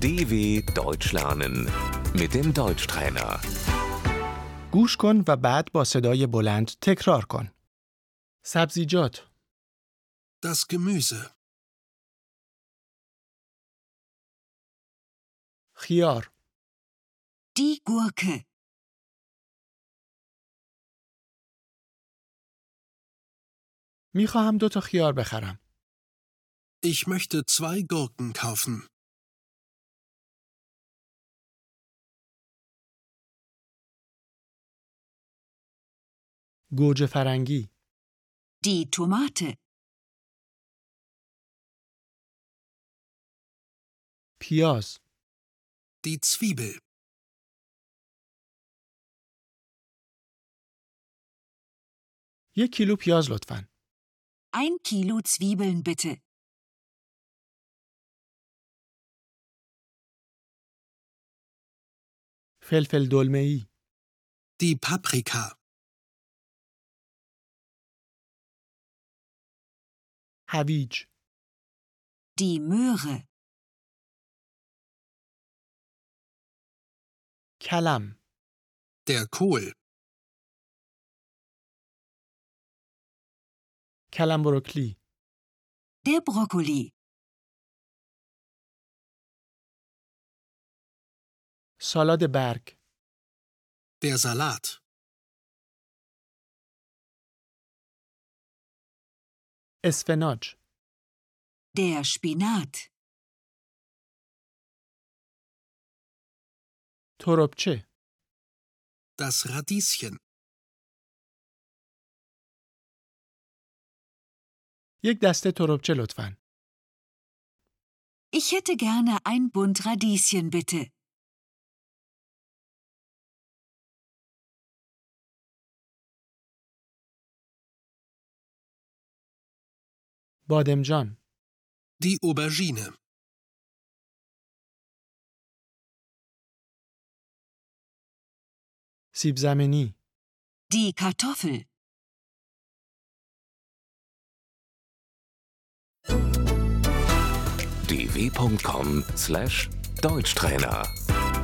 DW Deutsch lernen mit dem Deutschtrainer. گوش کن و بعد با صدای بلند تکرار کن. سبزیجات، Das Gemüse, خیار، Die Gurke, میخواهم دو تا خیار بخرم. ich möchte zwei Gurken kaufen, گوجه فرنگی، die Tomate, پیاز، die Zwiebel, یک کیلو پیاز لطفاً. ein Kilo Zwiebeln bitte, فلفل دلمه ای، die Paprika, هویج، die Möhre, کلم، der Kohl, کلم بروکلی، der Brokkoli, سالاد برگ، der Salat, اسفناج، der Spinat, تربچه، das Radieschen, یک دسته تربچه لطفاً. Ich hätte gerne ein Bund Radieschen bitte. بادمجان، die Aubergine, سیب زمینی، Die Kartoffel, dw.com/deutschtrainer